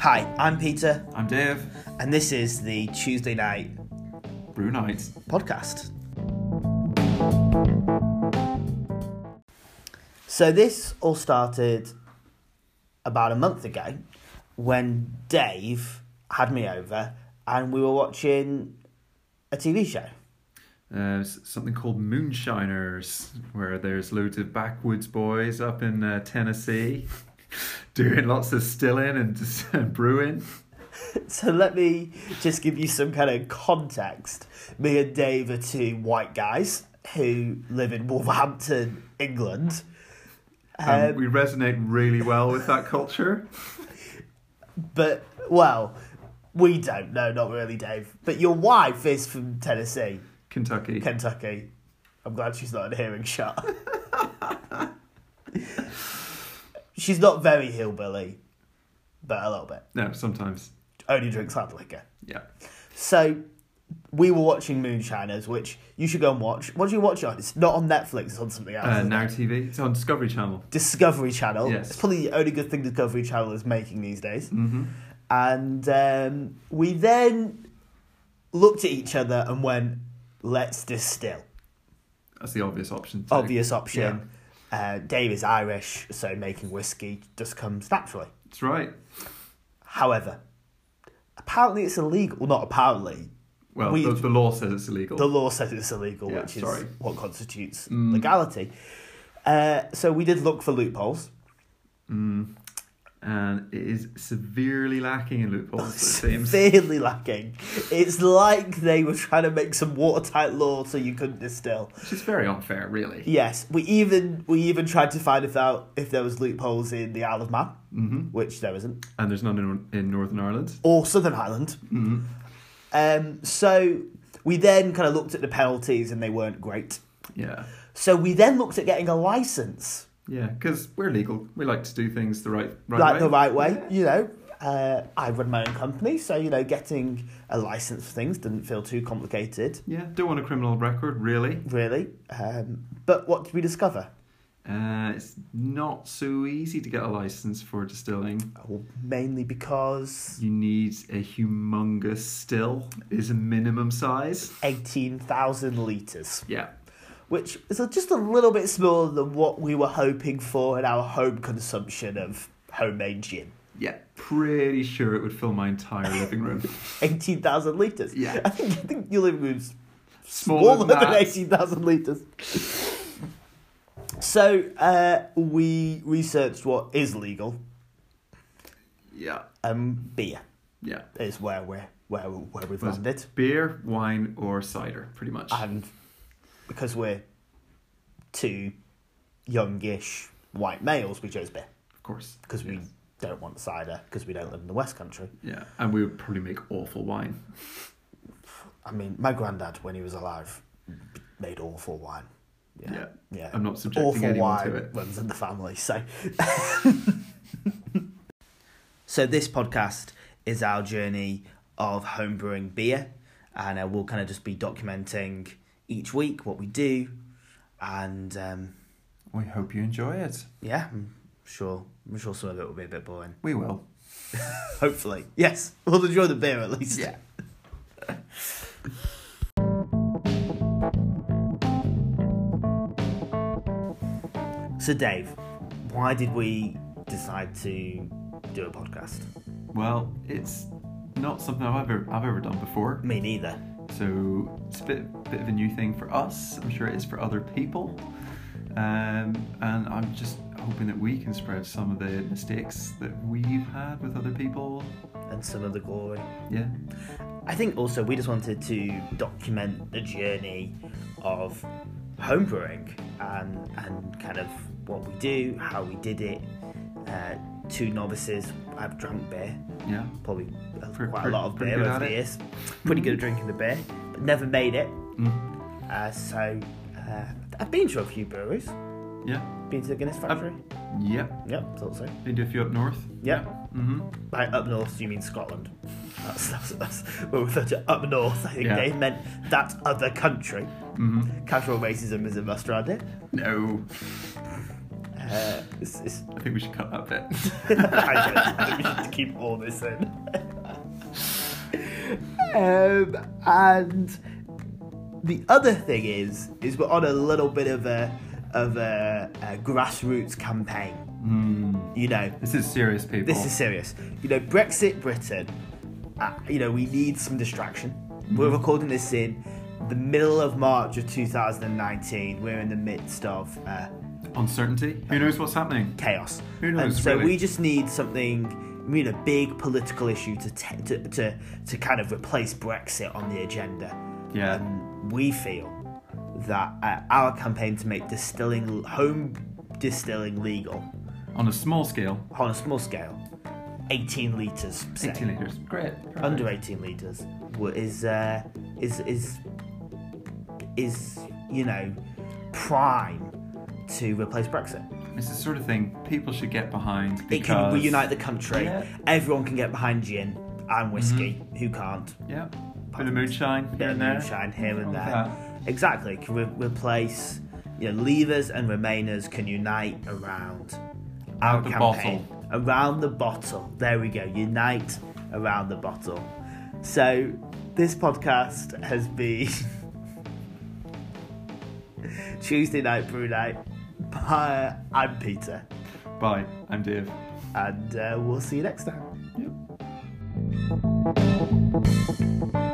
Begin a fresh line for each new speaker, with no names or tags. Hi, I'm Peter,
I'm Dave.
and this is the Tuesday Night
Brew night.
Podcast. So, this all started about a month ago when Dave had me over and we were watching a TV show.
Uh, s- something called Moonshiners, where there's loads of backwoods boys up in uh, Tennessee doing lots of stilling and just brewing.
So let me just give you some kind of context. Me and Dave are two white guys who live in Wolverhampton, England.
Um,
Um,
we resonate really well with that culture.
but, well, we don't. No, not really, Dave. But your wife is from Tennessee,
Kentucky.
Kentucky. I'm glad she's not in hearing shot. she's not very hillbilly, but a little bit.
no, sometimes.
Only drinks hard liquor.
Yeah.
So we were watching Moonshiners, which you should go and watch. What do you watch it on? It's not on Netflix, it's on something else.
Uh,
isn't
now
Oh, it?
TV. It's on Discovery Channel.
Discovery Channel.
Yes.
It's probably the only good thing Discovery Channel is making these days.
Mm-hmm.
And um, we then looked at each other and went, let's distill.
That's the obvious option. too.
Obvious option. Uh, Dave is Irish, so making whiskey just comes naturally.
That's right.
However, apparently it's illegal. Well, not apparently.
Well,
We-
the, the law says it's illegal.
The law says it's illegal,
Yeah,
which is
sorry. Mm.
what constitutes legality. Uh, so we did look for loopholes.
and it is severely lacking in
Oh,
loopholes, it seems.
Severely lacking. It's like they were trying to make some watertight law so you couldn't distill.
Which is very unfair, really.
Yes, we even we even tried to find if out if there was loopholes in the Isle of Man, mm-hmm. which there isn't,
And there's none in, in Northern Ireland.
or Southern Ireland.
Mm-hmm.
Um, so we then kind of looked at the penalties and they weren't great.
Yeah.
So we then looked at getting a license.
Yeah, because we're legal. We like to do things the right, right
like
way.
the right way, you know. Uh, I run my own company, so you know, getting a license for things didn't feel too complicated,
Yeah, don't want a criminal record, really.
really. Um, but what did we discover?
Uh, it's not so easy to get a license for distilling.
Well, mainly because
You need a humongous still, is a minimum size.
eighteen thousand liters,
Yeah.
which is a- just a little bit smaller than what we were hoping for in our home consumption of homemade gin.
Yeah, pretty sure it would fill my entire living room.
Eighteen thousand liters.
Yeah.
I think I think your living room's
Smaller than
than
that.
18,000 litres. So uh, we researched what is legal.
Yeah,
Um, beer
yeah.
is where we're where we- where we've
Was-
landed,
Beer, wine, or cider, pretty much.
and because we're two youngish white males, we chose beer
of course.
because we
Yes.
don't want cider because we don't live in the West Country.
Yeah, and we would probably make awful wine.
I mean, my granddad when he was alive made awful wine.
Yeah.
yeah.
I'm not subjecting
awful
anyone
wine
to it.
runs in the family. So, so this podcast is our journey of homebrewing beer, and uh, we'll kind of just be documenting each week what we do, and um,
We hope you enjoy it.
yeah, I'm sure I'm sure some of it will be a bit boring.
We will.
Hopefully, yes, we'll enjoy the beer at least. So, Dave, why did we decide to do a podcast?
Well, it's not something I've ever I've ever done before.
Me neither.
So it's a bit, bit of a new thing for us. I'm sure it is for other people. Um, and I'm just hoping that we can spread some of the mistakes that we've had with other people.
And some of the glory.
Yeah.
I think also we just wanted to document the journey of homebrewing and and kind of what we do, how we did it. Uh, two novices. I've drank beer,
Yeah.
probably uh,
Pre-
quite a
pre-
lot of
pretty
beer
good
over
at
the
it.
years. Pretty good at drinking the beer, but never made it.
Mm.
Uh, so uh, I've been to a few breweries.
Yeah.
Been to the Guinness Factory.
Yep.
Yep, thought so.
They do a few up north.
Yep.
Mm-hmm.
By up north, you mean Scotland. That's, that's, that's when we refer to up north. I think
Yeah.
they meant that other country. Casual racism is a must, right?
No.
Uh, Uh, it's, it's,
I think we should cut that
I
bit.
don't- I think we should keep all this in. um, and the other thing is, is we're on a little bit of a of a, a grassroots campaign. You know,
this is serious, people.
this is serious. You know, Brexit Britain. Uh, you know, we need some distraction. We're recording this in the middle of March of 2019. We're in the midst of. Uh,
uncertainty. Who knows what's happening?
chaos.
Who knows,
And so
really?
we just need something, we need a big political issue to t- to, to to kind of replace Brexit on the agenda.
Yeah.
And we feel that uh, our campaign to make distilling home distilling legal
On a small scale,
on a small scale, 18 liters, say,
18 litres. Great. perfect.
under 18 liters, is uh, is is is you know prime to replace Brexit.
It's the sort of thing people should get behind. Because,
It can reunite the country.
Yeah.
Everyone can get behind gin and whiskey. Who can't?
Yeah. Bit of moonshine here
Bit of
and there.
moonshine here and
Wrong
there.
with
Exactly. Can re- replace. You know, leavers and remainers can unite around our
the
campaign. Around the bottle. There we go. Unite around the bottle. So this podcast has been Tuesday night brew night. Bye. I'm Peter,
Bye. I'm Dave.
and uh, we'll see you next time.
Yep.